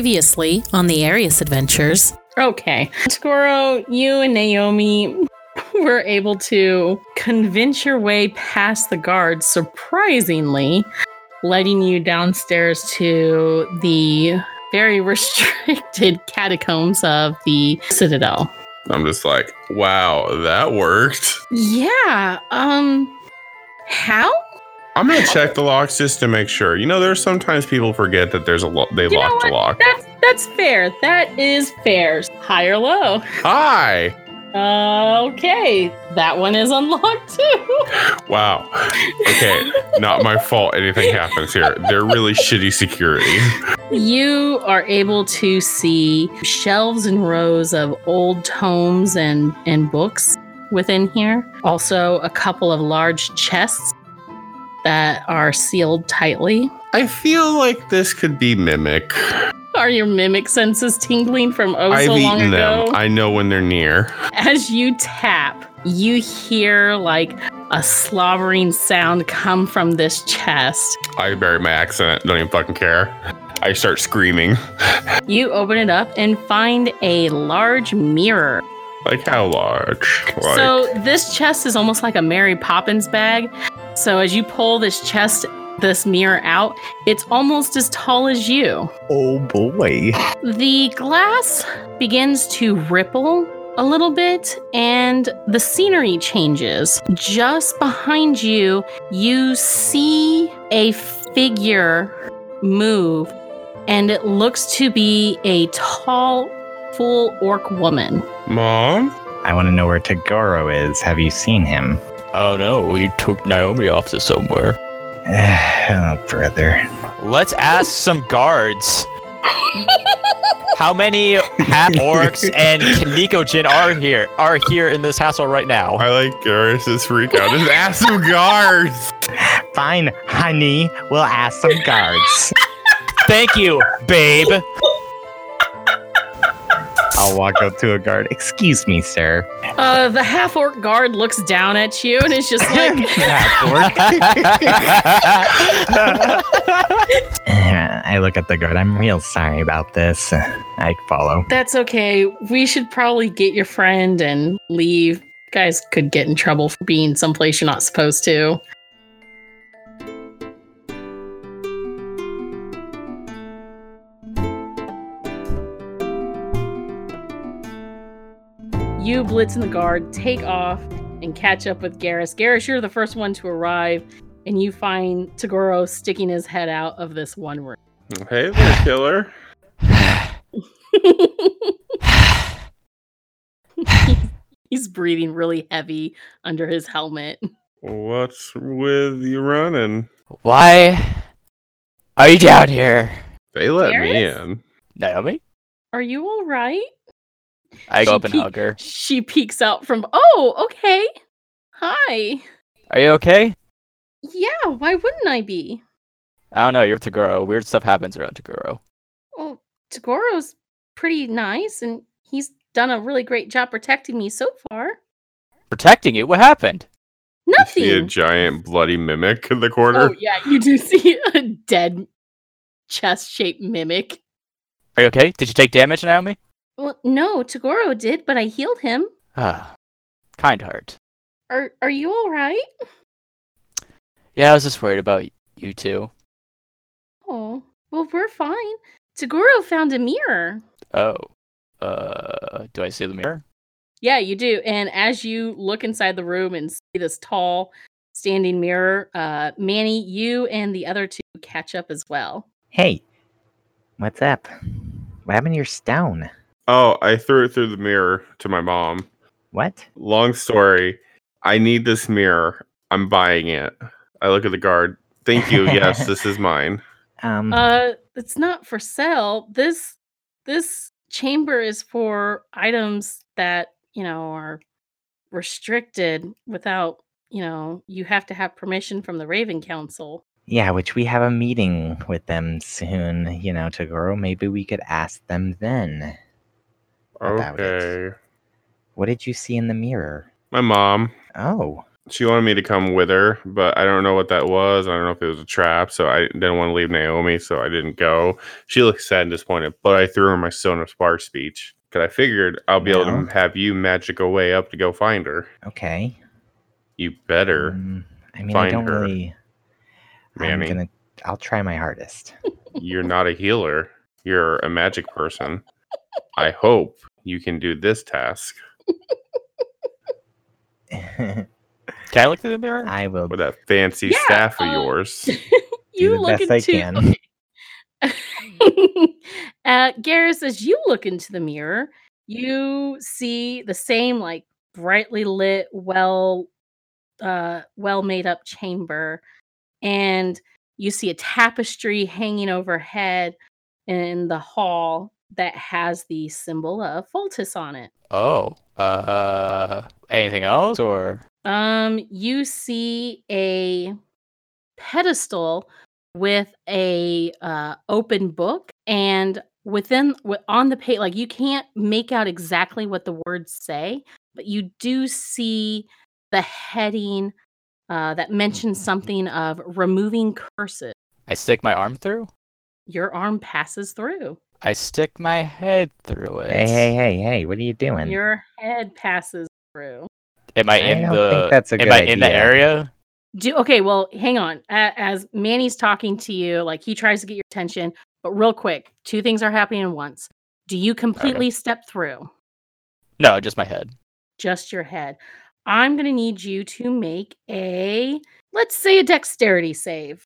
previously on the Arius Adventures. Okay. Skoro, you and Naomi were able to convince your way past the guards, surprisingly, letting you downstairs to the very restricted catacombs of the Citadel. I'm just like, wow, that worked. Yeah. Um, how? I'm gonna check the locks just to make sure. You know, there's sometimes people forget that there's a lo- they You know locked a what? lock. That's that's fair. That is fair. High or low? Hi. Okay, that one is unlocked too. Wow. Okay, not my fault. Anything happens here. They're really shitty security. You are able to see shelves and rows of old tomes and, and books within here. Also, a couple of large chests that are sealed tightly. I feel like this could be mimic. Are your mimic senses tingling from oh I've so long eaten ago? them. I know when they're near. As you tap, you hear like a slobbering sound come from this chest. I bury my accent. Don't even fucking care. I start screaming. You open it up and find a large mirror. Like how large? Like, So this chest is almost like a Mary Poppins bag. So as you pull this chest, this mirror out, it's almost as tall as you. Oh boy. The glass begins to ripple a little bit and the scenery changes. Just behind you, you see a figure move, and it looks to be a tall, full orc woman. mom. I want to know where Tagoro is. Have you seen him? Oh no, he took Naomi off to somewhere. oh, brother. Let's ask some guards. How many half orcs and Kanikojin are here? Are here in this hassle right now? I like Garrus's freak out. Just ask some guards. Fine, honey. We'll ask some guards. Thank you, babe. I'll walk up to a guard. Excuse me, sir. Uh, the half orc guard looks down at you and is just like, I look at the guard. I'm real sorry about this. I follow. That's okay. We should probably get your friend and leave. Guys could get in trouble for being someplace you're not supposed to. You, Blitz, and the guard take off and catch up with Garrus. Garrus, you're the first one to arrive, and you find Tagoro sticking his head out of this one room. Hey there, killer. He's breathing really heavy under his helmet. What's with you running? Why are you down here, They let me Garrus? in. Naomi? Are you all right? I She go up and peek- hug her. She peeks out from, oh, okay. Hi. Are you okay? Yeah, why wouldn't I be? I don't know. You're Tagoro. Weird stuff happens around Tagoro. Well, Tagoro's pretty nice, and he's done a really great job protecting me so far. Protecting you. What happened? You see a Nothing. giant bloody mimic in the Oh, corner. yeah, you do see a dead chest shaped mimic. Are you okay? Did you take damage, Naomi? Well, no, Tagoro did, but I healed him. Ah, kind heart. Are, are you all right? Yeah, I was just worried about you two. Oh, well, we're fine. Tagoro found a mirror. Oh, uh, do I see the mirror? Yeah, you do. And as you look inside the room and see this tall standing mirror, uh, Manny, you and the other two catch up as well. Hey, what's up? What happened to your stone? Oh, I threw it through the mirror to my mom. What? Long story. I need this mirror. I'm buying it. I look at the guard. Thank you. Yes, this is mine. Um, Uh, it's not for sale. This this chamber is for items that you know are restricted without you know you have to have permission from the Raven Council. yeah, which we have a meeting with them soon, you know, Tagoro. Maybe we could ask them then. About it. Okay. What did you see in the mirror? My mom. Oh, She wanted me to come with her, but I don't know what that was. I don't know if it was a trap, so I didn't want to leave Naomi, so I didn't go. She looked sad and disappointed, but I threw her my Stone of Spar speech because I figured I'll be able No. to have you magic a way up to go find her. Okay. You better, Um, I mean, I Find don't her, really. Manny. I'm gonna. I'll try my hardest. You're not a healer. You're a magic person. I hope you can do this task Can I look through the mirror? I will with that fancy Yeah, staff of uh, yours. do You the look best I into can. uh, Garrus, as you look into the mirror, you see the same like brightly lit, well, uh, well made up chamber, and you see a tapestry hanging overhead in the hall that has the symbol of Foltis on it. Oh. Uh. Anything else or? Um, you see a pedestal with a uh, open book, and within wi- on the page, like you can't make out exactly what the words say, but you do see the heading uh, that mentions something of removing curses. I stick my arm through. Your arm passes through. I stick my head through it. Hey, hey, hey, hey! What are you doing? Your head passes through. Am I I in don't the? think that's a am good I in the idea. area? Do okay. Well, hang on. A- As Manny's talking to you, like he tries to get your attention, but real quick, two things are happening at once. Do you completely step through No, just my head. just your head? I'm gonna need you to make a let's say a dexterity save,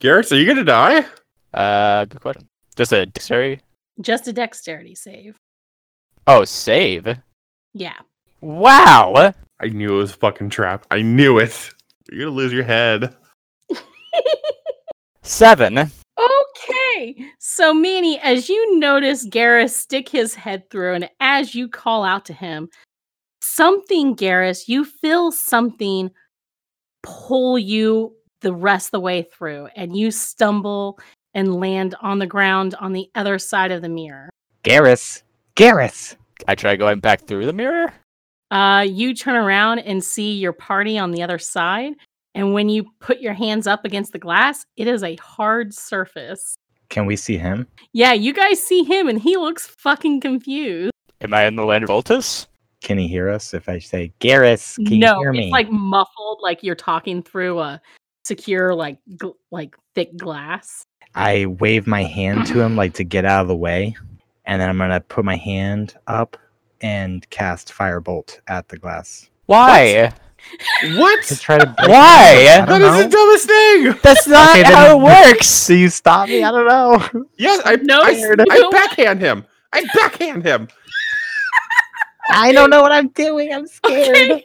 Garrett, are you gonna die? Uh, good question. Just a dexterity. just a dexterity save. Oh, save. Yeah. Wow. I knew it was a fucking trap. I knew it. You're gonna lose your head. Seven. Okay. So Manny, as you notice Garrus stick his head through, and as you call out to him, something, Garrus, you feel something pull you the rest of the way through, and you stumble and land on the ground on the other side of the mirror. Garrus, Garrus. I try going back through the mirror. Uh, you turn around and see your party on the other side. And when you put your hands up against the glass, it is a hard surface. Can we see him? Yeah, you guys see him, and he looks fucking confused. Am I in the land of Voltus? Can he hear us if I say Garrus? Can no, you hear it's me? like muffled, like you're talking through a secure, like gl- like thick glass. I wave my hand to him like to get out of the way, and then I'm gonna put my hand up and cast firebolt at the glass Why? to What? try to. break- I Why? That don't is the know. dumbest thing. That's not Okay, how it then- works. Do you stop me? I don't know. Yes, I No, I, it's- I backhand him. I backhand him. I don't know what I'm doing. I'm scared. Okay.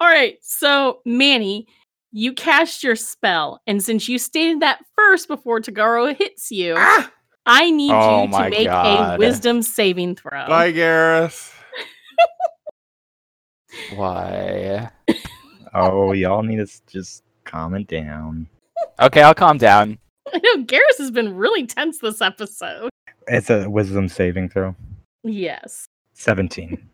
All right. So Manny, you cast your spell, and since you stated that first before Tagaro hits you, Ah! I need Oh you my to make a God. wisdom saving throw. Bye, Garrus. Why? Oh, y'all need to s- just calm it down. Okay, I'll calm down. I know Garrus has been really tense this episode. It's a wisdom saving throw. Yes. Seventeen.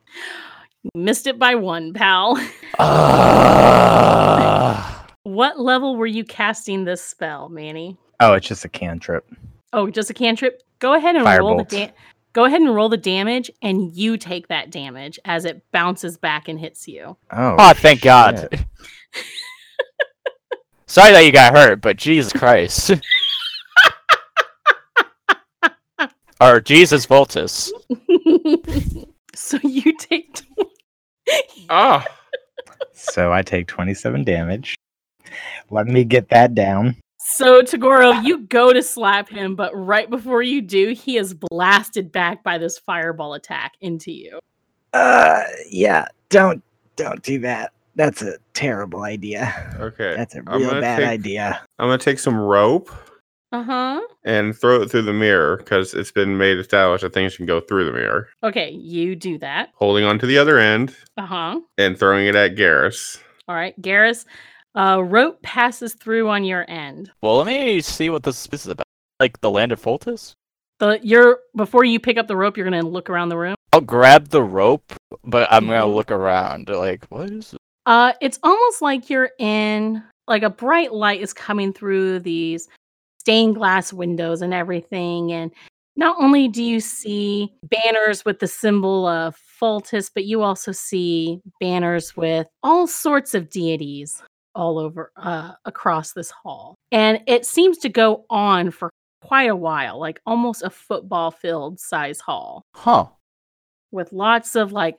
Missed it by one, pal. Ah. What level were you casting this spell, Manny? Oh, it's just a cantrip. Oh, just a cantrip. Go ahead and roll the Firebolt. da- go ahead and roll the damage, and you take that damage as it bounces back and hits you. Oh, oh, thank God. shit. Sorry that you got hurt, but Jesus Christ. or Jesus Voltus. so you take tw- Ah, So I take twenty-seven damage. Let me get that down. so Tagoro, you go to slap him, but right before you do, he is blasted back by this fireball attack into you. Uh, yeah. Don't don't do that. That's a terrible idea. okay. That's a I'm real gonna bad take- idea. I'm gonna take some rope Uh huh. and throw it through the mirror because it's been made established that things can go through the mirror. Okay, you do that. Holding on to the other end Uh huh. and throwing it at Garrus. All right, Garrus. Uh, rope passes through on your end. Well, let me see what this, this is about. Like the land of Voltus? The you're before you pick up the rope, you're gonna look around the room. I'll grab the rope, but I'm gonna Mhm. look around. Like, what is Uh, it's almost like you're in like a bright light is coming through these stained glass windows and everything. And not only do you see banners with the symbol of Fultus, but you also see banners with all sorts of deities all over uh, across this hall. And it seems to go on for quite a while, like almost a football field size hall Huh. with lots of like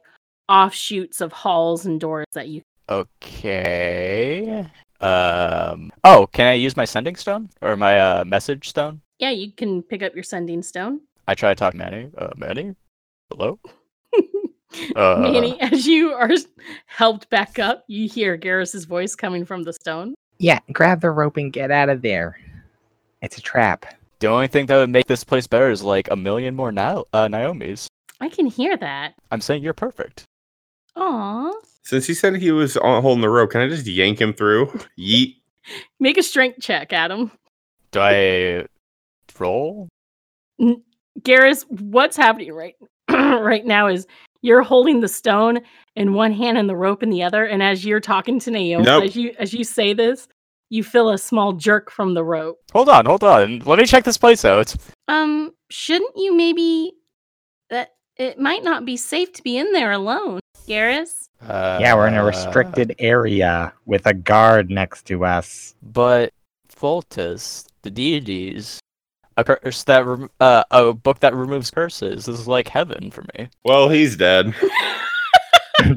offshoots of halls and doors that you Okay. Um. Oh, can I use my sending stone or my uh, message stone? yeah you can pick up your sending stone I try to talk Manny. Uh, Manny. Hello. Uh, Manny, as you are s- helped back up, you hear Garrus's voice coming from the stone. Yeah, grab the rope and get out of there. It's a trap. The only thing that would make this place better is like a million more now uh, Naomi's. I can hear that. I'm saying you're perfect. Aw. Since he said he was on, holding the rope, can I just yank him through? Yeet. Make a strength check, Adam. Do I roll? Garrus, what's happening right right now is you're holding the stone in one hand and the rope in the other, and as you're talking to Naomi, Nope. as you as you say this, you feel a small jerk from the rope. Hold on, hold on. Let me check this place out. Um, shouldn't you maybe that it might not be safe to be in there alone, Garrus? Uh, yeah, we're in a restricted area with a guard next to us. Uh, But Voltus, the deities, a curse that rem- uh, a book that removes curses is like heaven for me. Well, he's dead.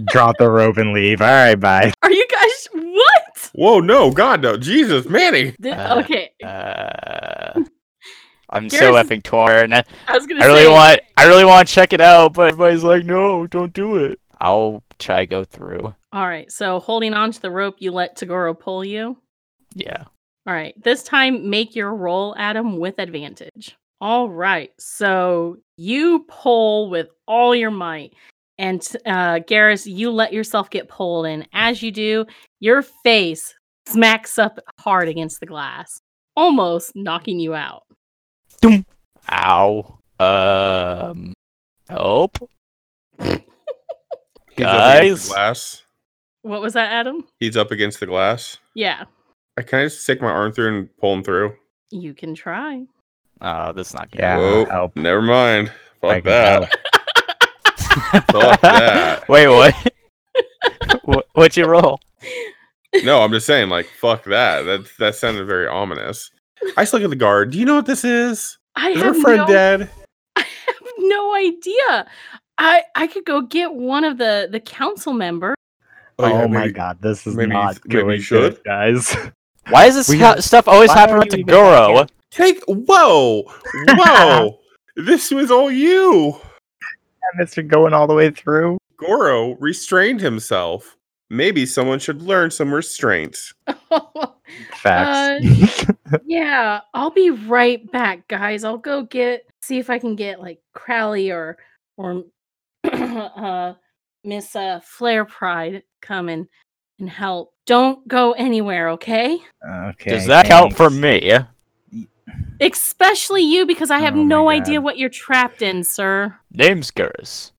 Drop the rope and leave. All right, bye. Are you guys what? Whoa, no, God, no, Jesus, Manny. Th- Uh, okay, Uh, I'm so Here's- effing torn. I I was gonna. really say, want, I really want to check it out, but everybody's like, no, don't do it. I'll try go through. All right, so holding on to the rope, you let Tagoro pull you. Yeah. All right, this time make your roll, Adam, with advantage. All right, so you pull with all your might, and uh, Garrus, you let yourself get pulled, and as you do, your face smacks up hard against the glass, almost knocking you out. Ow. Um. Help. He's up against Guys. the glass. What was that, Adam? He's up against the glass. Yeah, I can I just stick my arm through and pull him through. you can try. Oh, that's not good. Yeah, Whoa, help. never mind. I Fuck can that. Fuck that. Wait, what? Wh- What'd you roll? No, I'm just saying, like, fuck that. That that sounded very ominous. I just look at the guard. Do you know what this is? I Is our have friend no dead? I have no idea. I I could go get one of the the council member. Oh, yeah, my maybe- god, this is maybe- not maybe going should. good, guys. Why is this We- ha- stuff always why happening are with you even back Tagoro? Take whoa, whoa. this was all you. And this been going all the way through. Goro restrained himself. Maybe someone should learn some restraints. Facts. yeah, I'll be right back, guys. I'll go get see if I can get like Crowley or or uh, Miss uh, Flare Pride come and and help. Don't go anywhere, okay? okay. Does that count for thanks. me? Especially you, because I have Oh my no God. idea what you're trapped in, sir. Name's Garrus.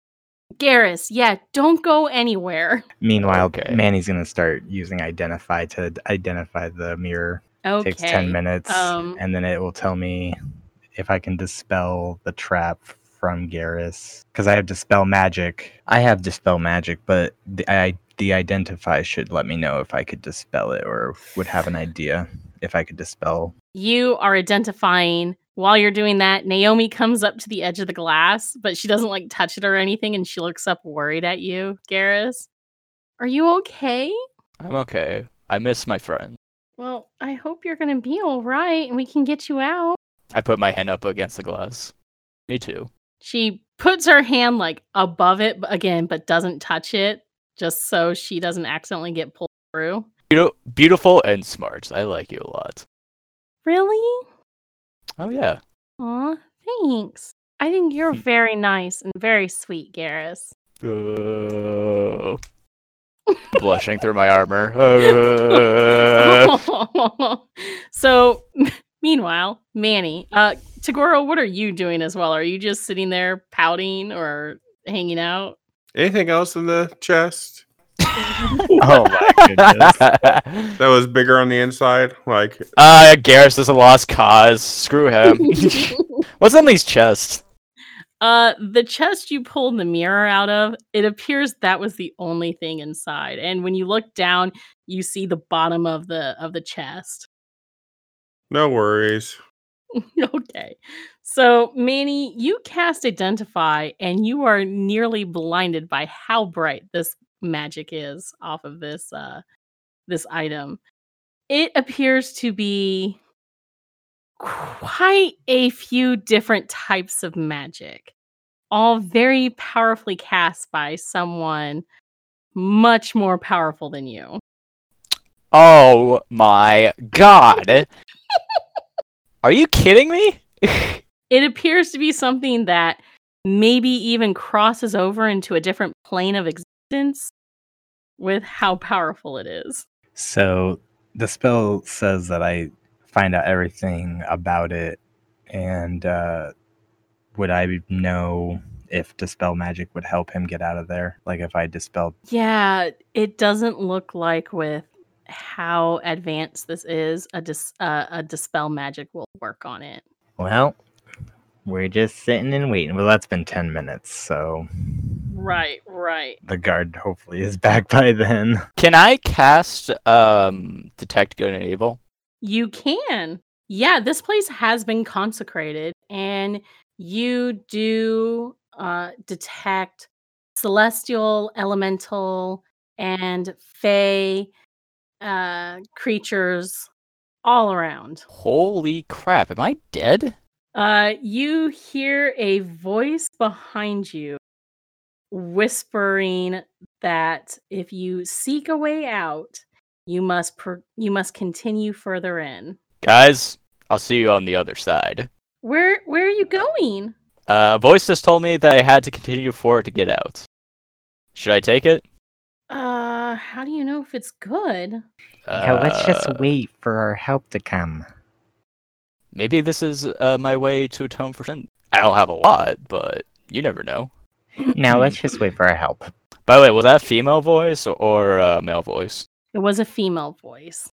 Garrus, yeah, don't go anywhere. Meanwhile, Okay. Manny's gonna start using identify to d- identify the mirror. Okay. Takes ten minutes, um, and then it will tell me if I can dispel the trap from Garrus because I have dispel magic. I have dispel magic, but the, I, the identify should let me know if I could dispel it or would have an idea if I could dispel. you are identifying while you're doing that naomi comes up to the edge of the glass but she doesn't like touch it or anything and she looks up worried at you garrus are you okay I'm okay. I miss my friend. well i hope you're gonna be all right and we can get you out I put my hand up against the glass. Me too. she puts her hand like above it but again but doesn't touch it just so she doesn't accidentally get pulled through Beaut- beautiful and smart. I like you a lot. really Oh yeah. Aw, thanks i think you're very nice and very sweet garrus Uh, blushing through my armor. Uh, so, meanwhile, Manny, uh, Tagoro, what are you doing as well? Are you just sitting there pouting or hanging out? Anything else in the chest? Oh my goodness. That was bigger on the inside. Like uh, Garrus is a lost cause. Screw him. What's on these chests? Uh, the chest you pulled the mirror out of, it appears that was the only thing inside. And when you look down, you see the bottom of the of the chest. no worries. okay. So, Manny, you cast identify and you are nearly blinded by how bright this magic is off of this uh this item. It appears to be quite a few different types of magic, all very powerfully cast by someone much more powerful than you. Oh my god. Are you kidding me? it appears to be something that maybe even crosses over into a different plane of existence with how powerful it is. So the spell says that I find out everything about it, and uh, would I know if dispel magic would help him get out of there? Like if I dispelled, Yeah, it doesn't look like with how advanced this is a dis- uh, a dispel magic will work on it. well, we're just sitting and waiting. Well, that's been ten minutes, so Right, right. the guard hopefully is back by then. Can I cast um detect good and evil? You can. Yeah, this place has been consecrated, and you do uh, detect celestial, elemental, and fey uh, creatures all around. Holy crap, am I dead? Uh, you hear a voice behind you whispering that if you seek a way out, you must pro- you must continue further in. Guys, I'll see you on the other side. Where where are you going? Uh, a voice just told me that I had to continue forward to get out. Should I take it? Uh, how do you know if it's good? Uh, wait for our help to come. Maybe this is uh, my way to atone for sin. I don't have a lot, but you never know. Now let's just wait for our help. By the way, was that female voice or uh, male voice? It was a female voice.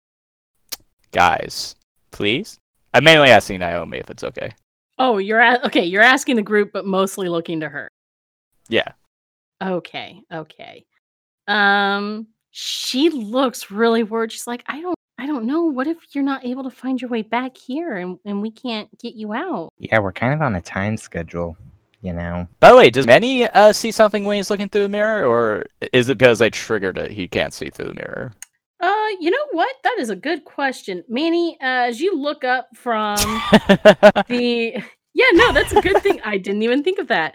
Guys, please? I'm mainly asking Naomi if it's okay. Oh, you're a- okay. You're asking the group, but mostly looking to her. Yeah. Okay, okay. Um, she looks really worried. She's like, I don't, I don't know. What if you're not able to find your way back here, and and we can't get you out? Yeah, we're kind of on a time schedule, you know. By the way, does Manny uh, see something when he's looking through the mirror, or is it because I triggered it he can't see through the mirror? Uh, you know what? That is a good question, Manny. Uh, as you look up from the yeah no that's a good thing i didn't even think of that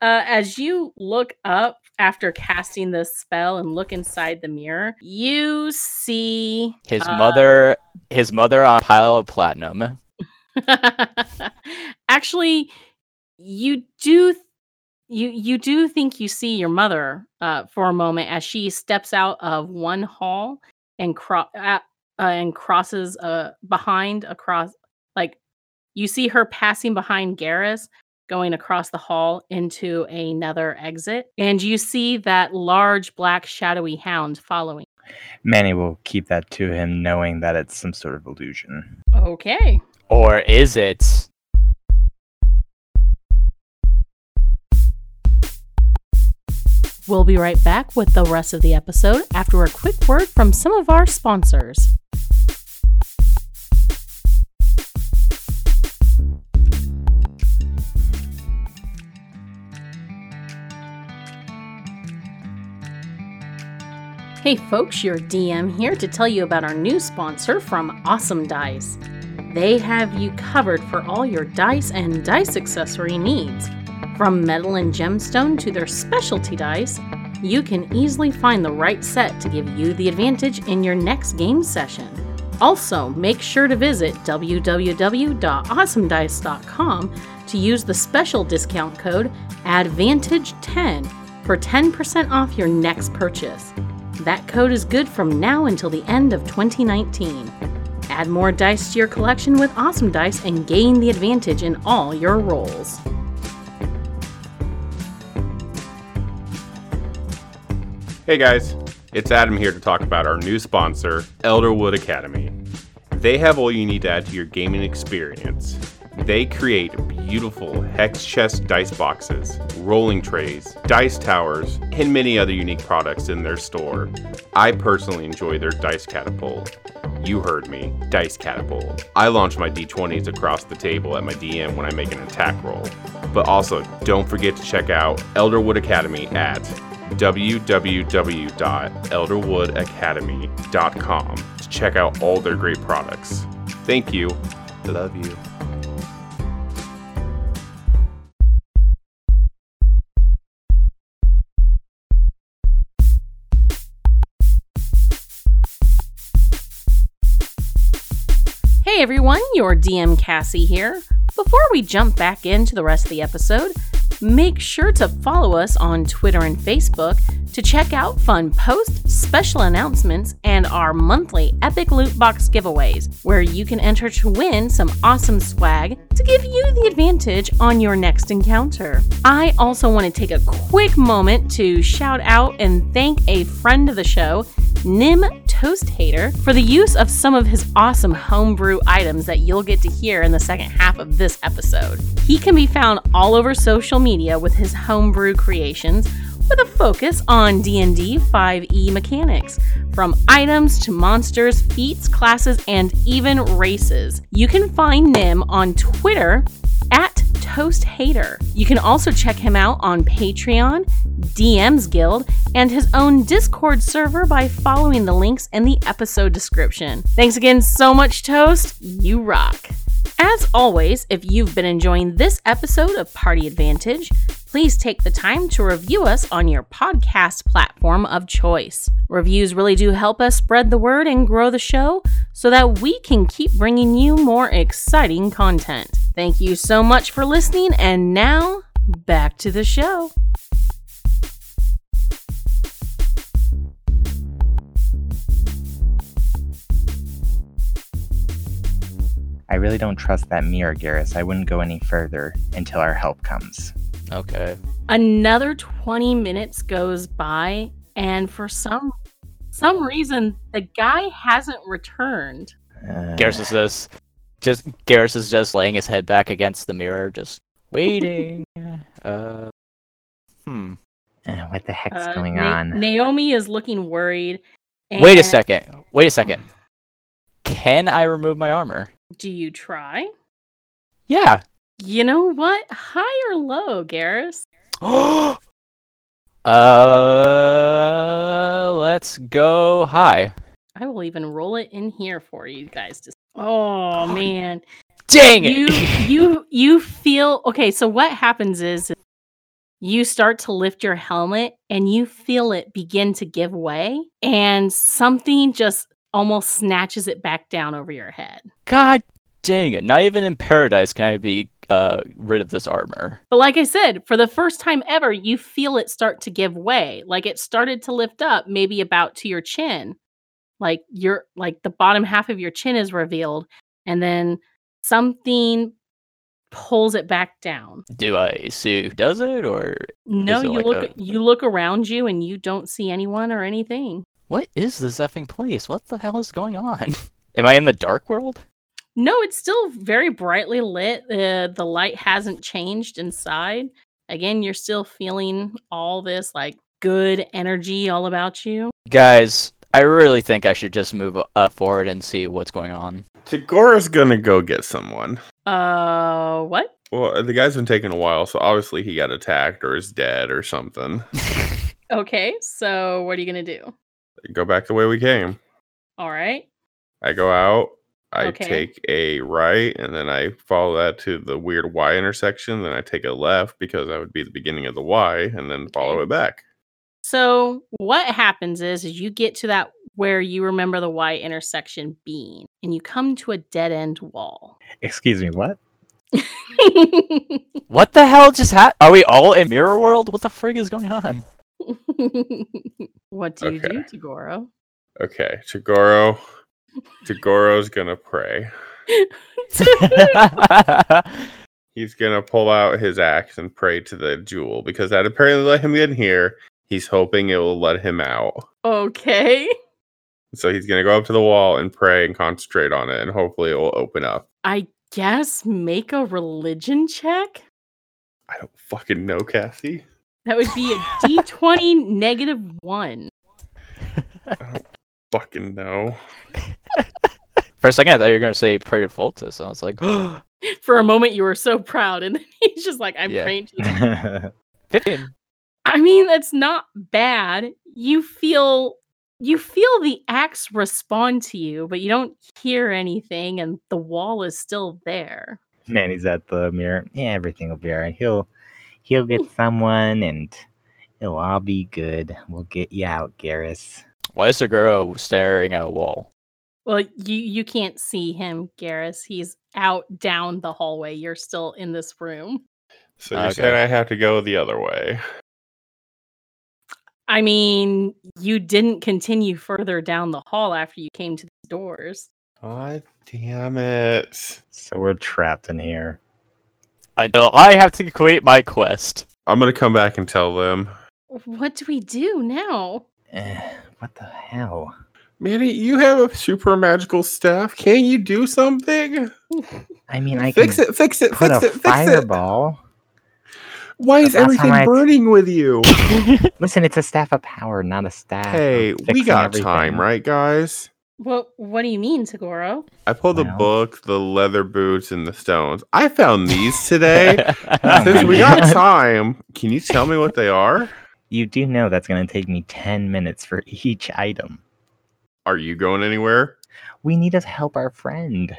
uh, as you look up after casting this spell and look inside the mirror you see his uh, mother, his mother on a pile of platinum. actually you do th- you you do think you see your mother uh, for a moment as she steps out of one hall and cro- uh, uh, and crosses uh, behind across like you see her passing behind Garrus going across the hall into another exit and you see that large black shadowy hound following Manny will keep that to him, knowing that it's some sort of illusion. okay Or is it? We'll be right back with the rest of the episode after a quick word from some of our sponsors. Hey folks, your DM here to tell you about our new sponsor from Awesome Dice. They have you covered for all your dice and dice accessory needs. From metal and gemstone to their specialty dice, you can easily find the right set to give you the advantage in your next game session. Also, make sure to visit www.awesomedice.com to use the special discount code ADVANTAGE10 E for 10% off your next purchase. That code is good from now until the end of 2019. Add more dice to your collection with Awesome Dice and gain the advantage in all your rolls. Hey guys, It's Adam here to talk about our new sponsor, Elderwood Academy. They have all you need to add to your gaming experience. They create beautiful hex chest dice boxes, rolling trays, dice towers, and many other unique products in their store. I personally enjoy their dice catapult. You heard me, dice catapult. I launch my d20s across the table at my DM when I make an attack roll. But also, don't forget to check out Elderwood Academy at www.elderwoodacademy.com to check out all their great products. Thank you. I love you. Hey everyone, your DM Cassie here. Before we jump back into the rest of the episode, make sure to follow us on Twitter and Facebook to check out fun posts, special announcements, and our monthly Epic Loot Box giveaways, where you can enter to win some awesome swag to give you the advantage on your next encounter. I also want to take a quick moment to shout out and thank a friend of the show, Nim Toast Hater, for the use of some of his awesome homebrew items that you'll get to hear in the second half of this episode. He can be found all over social media with his homebrew creations with a focus on D&D 5e E mechanics, from items to monsters, feats, classes, and even races. You can find Nim on Twitter at Toast Hater. You can also check him out on Patreon, DM's Guild, and his own Discord server by following the links in the episode description. Thanks again so much, Toast. You rock. As always, if you've been enjoying this episode of Party Advantage, please take the time to review us on your podcast platform of choice. Reviews really do help us spread the word and grow the show so that we can keep bringing you more exciting content. Thank you so much for listening, and now back to the show. I really don't trust that mirror, Garrus. I wouldn't go any further until our help comes. Okay. Another 20 minutes goes by, and for some some reason, the guy hasn't returned. Uh, Garrus is this. Just Garrus is just laying his head back against the mirror, just waiting. uh, hmm. uh, what the heck's Uh, going Na- on? Naomi is looking worried. Wait a and- second. Wait a second. Can I remove my armor? Do you try? Yeah. You know what? High or low, Garrus? uh, let's go high. I will even roll it in here for you guys. Just oh man, Dang it! you you you feel okay. So what happens is you start to lift your helmet and you feel it begin to give way, and something just almost snatches it back down over your head. God dang it! Not even in paradise can I be uh rid of this armor. But like I said, for the first time ever, you feel it start to give way. Like it started to lift up, maybe about to your chin. Like your like the bottom half of your chin is revealed, and then something pulls it back down. Do I see who does it or No, it you like look a- you look around you and you don't see anyone or anything. what is this effing place? What the hell is going on? Am I in the dark world? No, it's still very brightly lit. Uh, the light hasn't changed inside. Again, you're still feeling all this like good energy all about you. Guys, I really think I should just move up forward and see what's going on. Tagora's gonna go get someone. Uh, what? Well, the guy's been taking a while, so obviously he got attacked or is dead or something. Okay, so what are you gonna do? Go back the way we came. All right. I go out, I Okay. take a right, and then I follow that to the weird Y intersection. Then I take a left because that would be the beginning of the Y, and then follow Okay. it back. So what happens is, is you get to that where you remember the Y intersection being, and you come to a dead end wall. Excuse me, what? What the hell just happened? Are we all in mirror world? What the frig is going on? what do you do, Tagoro? Okay, Tagoro. Tagoro's gonna pray. He's gonna pull out his axe and pray to the jewel because that apparently let him in here. He's hoping it will let him out. Okay. So he's gonna go up to the wall and pray and concentrate on it, and hopefully it will open up. I guess make a religion check? I don't fucking know, Cassie. That would be a d20 negative one. Fucking know. For a second, I thought you were going to say pray to Voltus. I was like, For a moment, you were so proud, and then he's just like, I'm Yeah. praying to the yeah. 15. I mean, that's not bad. You feel you feel the axe respond to you, but you don't hear anything and the wall is still there. Manny's at the mirror. Yeah, everything will be alright. He'll he'll get someone and it'll all be good. We'll get you out, Garrus. Why is the girl staring at a wall? Well, you you can't see him, Garrus. He's out down the hallway. You're still in this room. So you Okay. said I have to go the other way. I mean, you didn't continue further down the hall after you came to the doors. God damn it. So we're trapped in here. Until I have to complete my quest. I'm gonna come back and tell them. What do we do now? Eh, what the hell? Manny, you have a super magical staff. Can you do something? I mean, I fix can it, fix it, put fix a it, fix fireball. it. Why is That's how everything I- burning with you? Listen, it's a staff of power, not a staff. of hey, we fixing got everything. time, right, guys? What what do you mean, Tagoro? I pulled the Well. book, the leather boots, and the stones. I found these today. Oh Since we my got God. time, can you tell me what they are? You do know that's going to take me 10 minutes for each item. Are you going anywhere? We need to help our friend.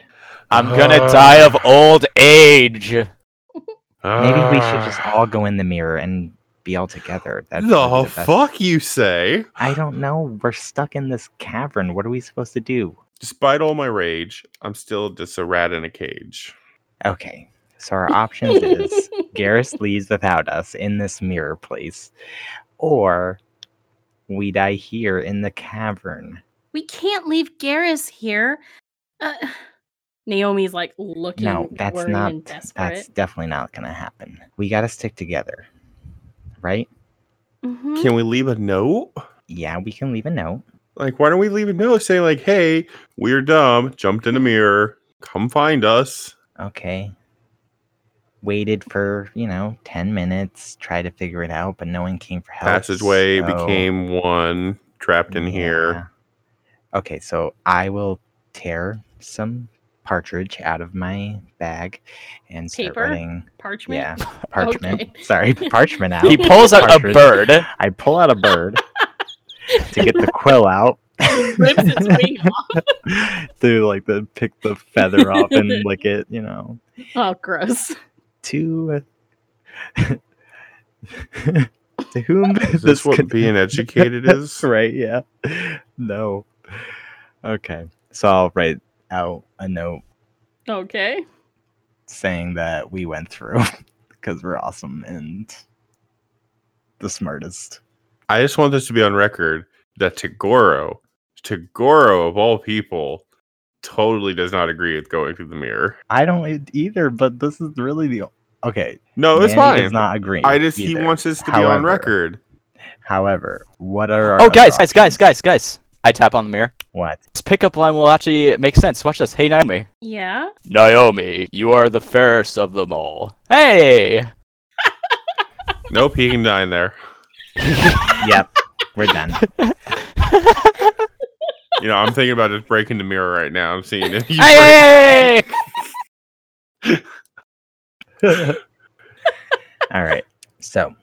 I'm going to die of old age. Maybe we should just all go in the mirror and be all together. That's Ah. the probably best- fuck you say? I don't know. We're stuck in this cavern. What are we supposed to do? Despite all my rage, I'm still just a rat in a cage. Okay. So our options is Garrus leaves without us in this mirror place, or we die here in the cavern. We can't leave Garrus here. Uh, Naomi's like looking No, that's worried not. and desperate. That's definitely not going to happen. We got to stick together, right? Mhm. Can we leave a note? Yeah, we can leave a note. Like, why don't we leave a note saying, like, hey, we're dumb, jumped in a mirror, come find us. okay waited for you know 10 minutes tried to figure it out but no one came for help Passageway so- became one, trapped in Yeah. here. okay so i will tear some partridge out of my bag and start Paper? running Parchment. yeah parchment Okay. sorry parchment out He pulls out a Partridge. bird. i pull out a bird to get the quill out Rips its wing off. to like the pick the feather off and lick it you know Oh, gross. to to whom Is this what could- being educated is? right yeah no okay so i'll write out a note Okay. saying that we went through because we're awesome and the smartest I just want this to be on record that Tagoro, Tagoro of all people, totally does not agree with going through the mirror. i don't e- either but this is really the o- okay No, Oh, it's Manny fine. is not agreeing I just he either. wants this to be on However- record. however what are our Oh, other guys, guys, options? guys, guys, guys. I tap on the mirror. what This pickup line will actually make sense. Watch this. Hey, Naomi. Yeah. Naomi, you are the fairest of them all. Hey! Nope, he can die in there. yep we're done You know, I'm thinking about just breaking the mirror right now. I'm seeing if you break- Hey! all right so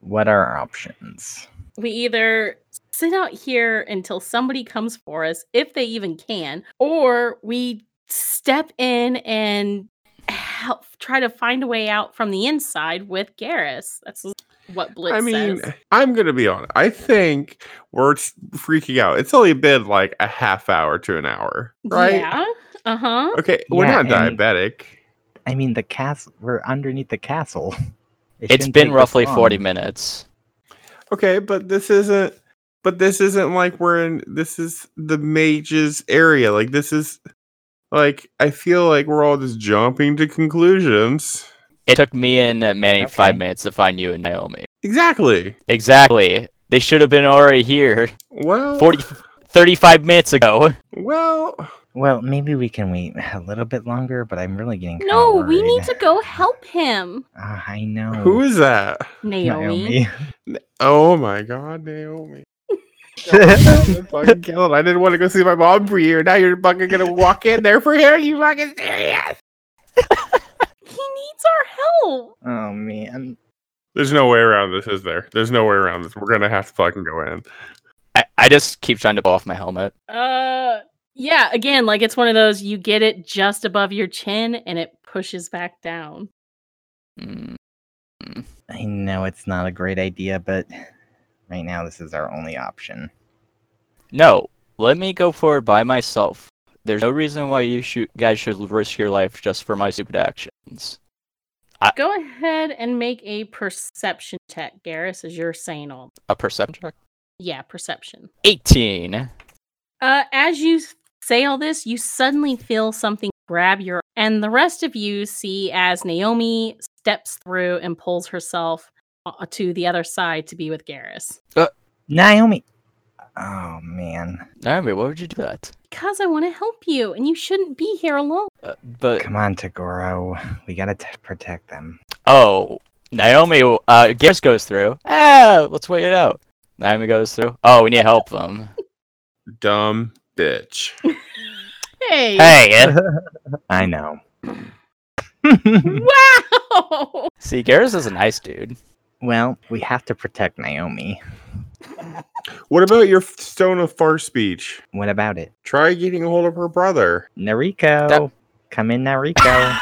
what are our options We either sit out here until somebody comes for us, if they even can, or we step in and help try to find a way out from the inside with Garrus. That's what Blitz I mean, says. I'm gonna be honest. I think we're s- freaking out. It's only been like a half hour to an hour, right? Yeah. Uh huh. Okay, we're Yeah, not and- diabetic. I mean, the castle. We're underneath the castle. It It's shouldn't take been this roughly 40 long. minutes. Okay, but this isn't. But this isn't like we're in. This is the mages area. Like this is. Like I feel like we're all just jumping to conclusions. It took me and Manny Okay. five minutes to find you and Naomi. Exactly. Exactly. They should have been already here Well, 40, 35 minutes ago. Well, Well, maybe we can wait a little bit longer, but I'm really getting kinda No, we need worried. to go help him. Ah, I know. who is that? Naomi. Naomi? Oh my god, Naomi. I'm fucking killed. I didn't want to go see my mom for a year. Now you're fucking gonna walk in there for her. You fucking serious? He needs our help. oh man. There's no way around this, is there? There's no way around this. We're gonna have to fucking go in. I, I just keep trying to pull off my helmet. Uh, Yeah, again, like it's one of those you get it just above your chin and it pushes back down. Mm. I know it's not a great idea, but right now this is our only option. No, let me go forward by myself. There's no reason why you should, guys should risk your life just for my stupid actions. Go ahead and make a perception check, Garrus, as you're saying all. A perception check? Yeah, perception. 18. Uh, as you s- say all this, you suddenly feel something grab your, and the rest of you see as Naomi steps through and pulls herself uh, to the other side to be with Garrus. Naomi. Oh man. Naomi, why would you do that? Because I want to help you, and you shouldn't be here alone. Uh, but, Come on, Tagoro. We gotta t- protect them. oh, Naomi, uh, Garrus goes through. Ah, let's wait it out. Naomi goes through. Oh, we need to help them. Dumb bitch. Hey! Hey! uh, I know. Wow! See, Garrus is a nice dude. well, we have to protect Naomi. What about your f- stone of far speech? What about it? Try getting a hold of her brother. Nariko. That- Come in, Nariko.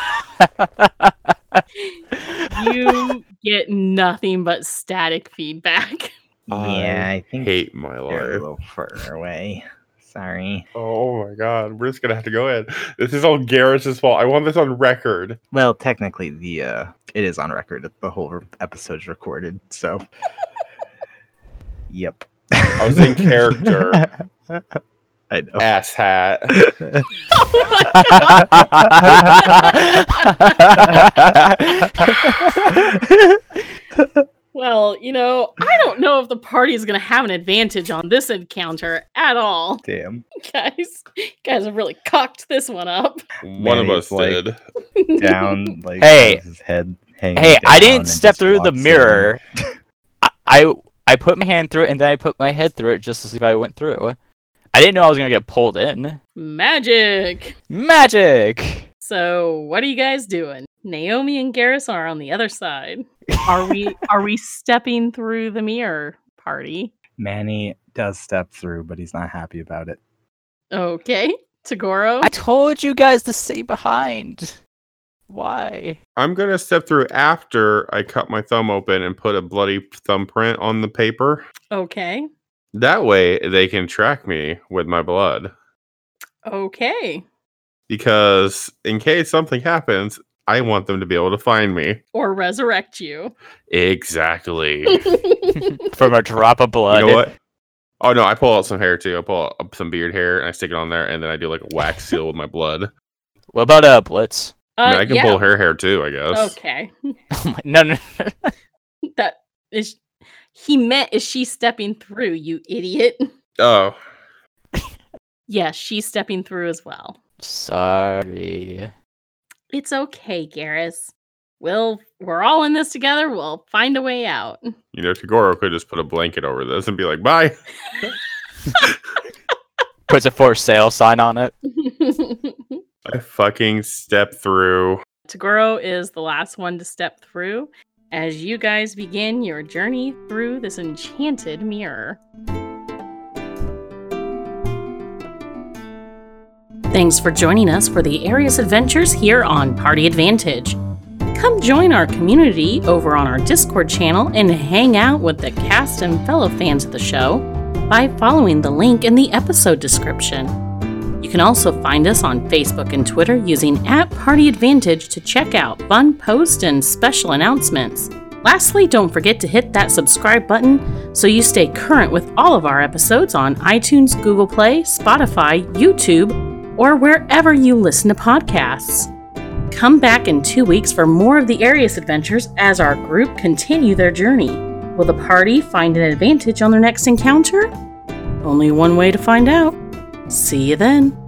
you get nothing but static feedback. yeah, I think Hate my they're a life. little further away. Sorry. Oh my god, we're just gonna have to go in. This is all Garrett's fault. I want this on record. Well, technically, the uh, it is on record. The whole episode's recorded. So, yep. I was in character. I know. Ass hat. Well, you know, I don't know if the party is going to have an advantage on this encounter at all. Damn. Guys, you guys have really cocked this one up. One of Manny's us like- did. Down. Like Hey. with his head. hanging Hey, I down and didn't step just through the walks in. mirror. I, I I put my hand through it and then I put my head through it just to see if I went through it. I didn't know I was gonna get pulled in. Magic. Magic. So, what are you guys doing? Naomi and Garrus are on the other side. Are we are we stepping through the mirror party? Manny does step through, but he's not happy about it. Okay. Tagoro. I told you guys to stay behind. Why? I'm gonna step through after I cut my thumb open and put a bloody thumbprint on the paper. Okay. That way they can track me with my blood. Okay. Because in case something happens, I want them to be able to find me. Or resurrect you. Uh, Exactly. From a drop of blood. You know what? Oh no, I pull out some hair too. I pull out up some beard hair and I stick it on there, and then I do like a wax seal with my blood. What about uh Blitz? I, mean, Uh, I can yeah. pull her hair too, I guess. Okay. Oh my- no, no, no. That is he meant is she stepping through, you idiot. Oh, Yes, she's stepping through as well. Sorry. It's okay, Garrus. We'll we're all in this together. We'll find a way out. you know, Tagoro could just put a blanket over this and be like, "Bye." Puts a for sale sign on it. Tagoro I fucking step through. is the last one to step through as you guys begin your journey through this enchanted mirror. Thanks for joining us for the Arius Adventures here on Party Advantage. Come join our community over on our Discord channel and hang out with the cast and fellow fans of the show by following the link in the episode description. You can also find us on Facebook and Twitter using at Party Advantage to check out fun posts and special announcements. Lastly, don't forget to hit that subscribe button so you stay current with all of our episodes on iTunes, Google Play, Spotify, YouTube, or wherever you listen to podcasts. Come back in two weeks for more of the Arius adventures as our group continue their journey. Will the party find an advantage on their next encounter? Only one way to find out. See you then.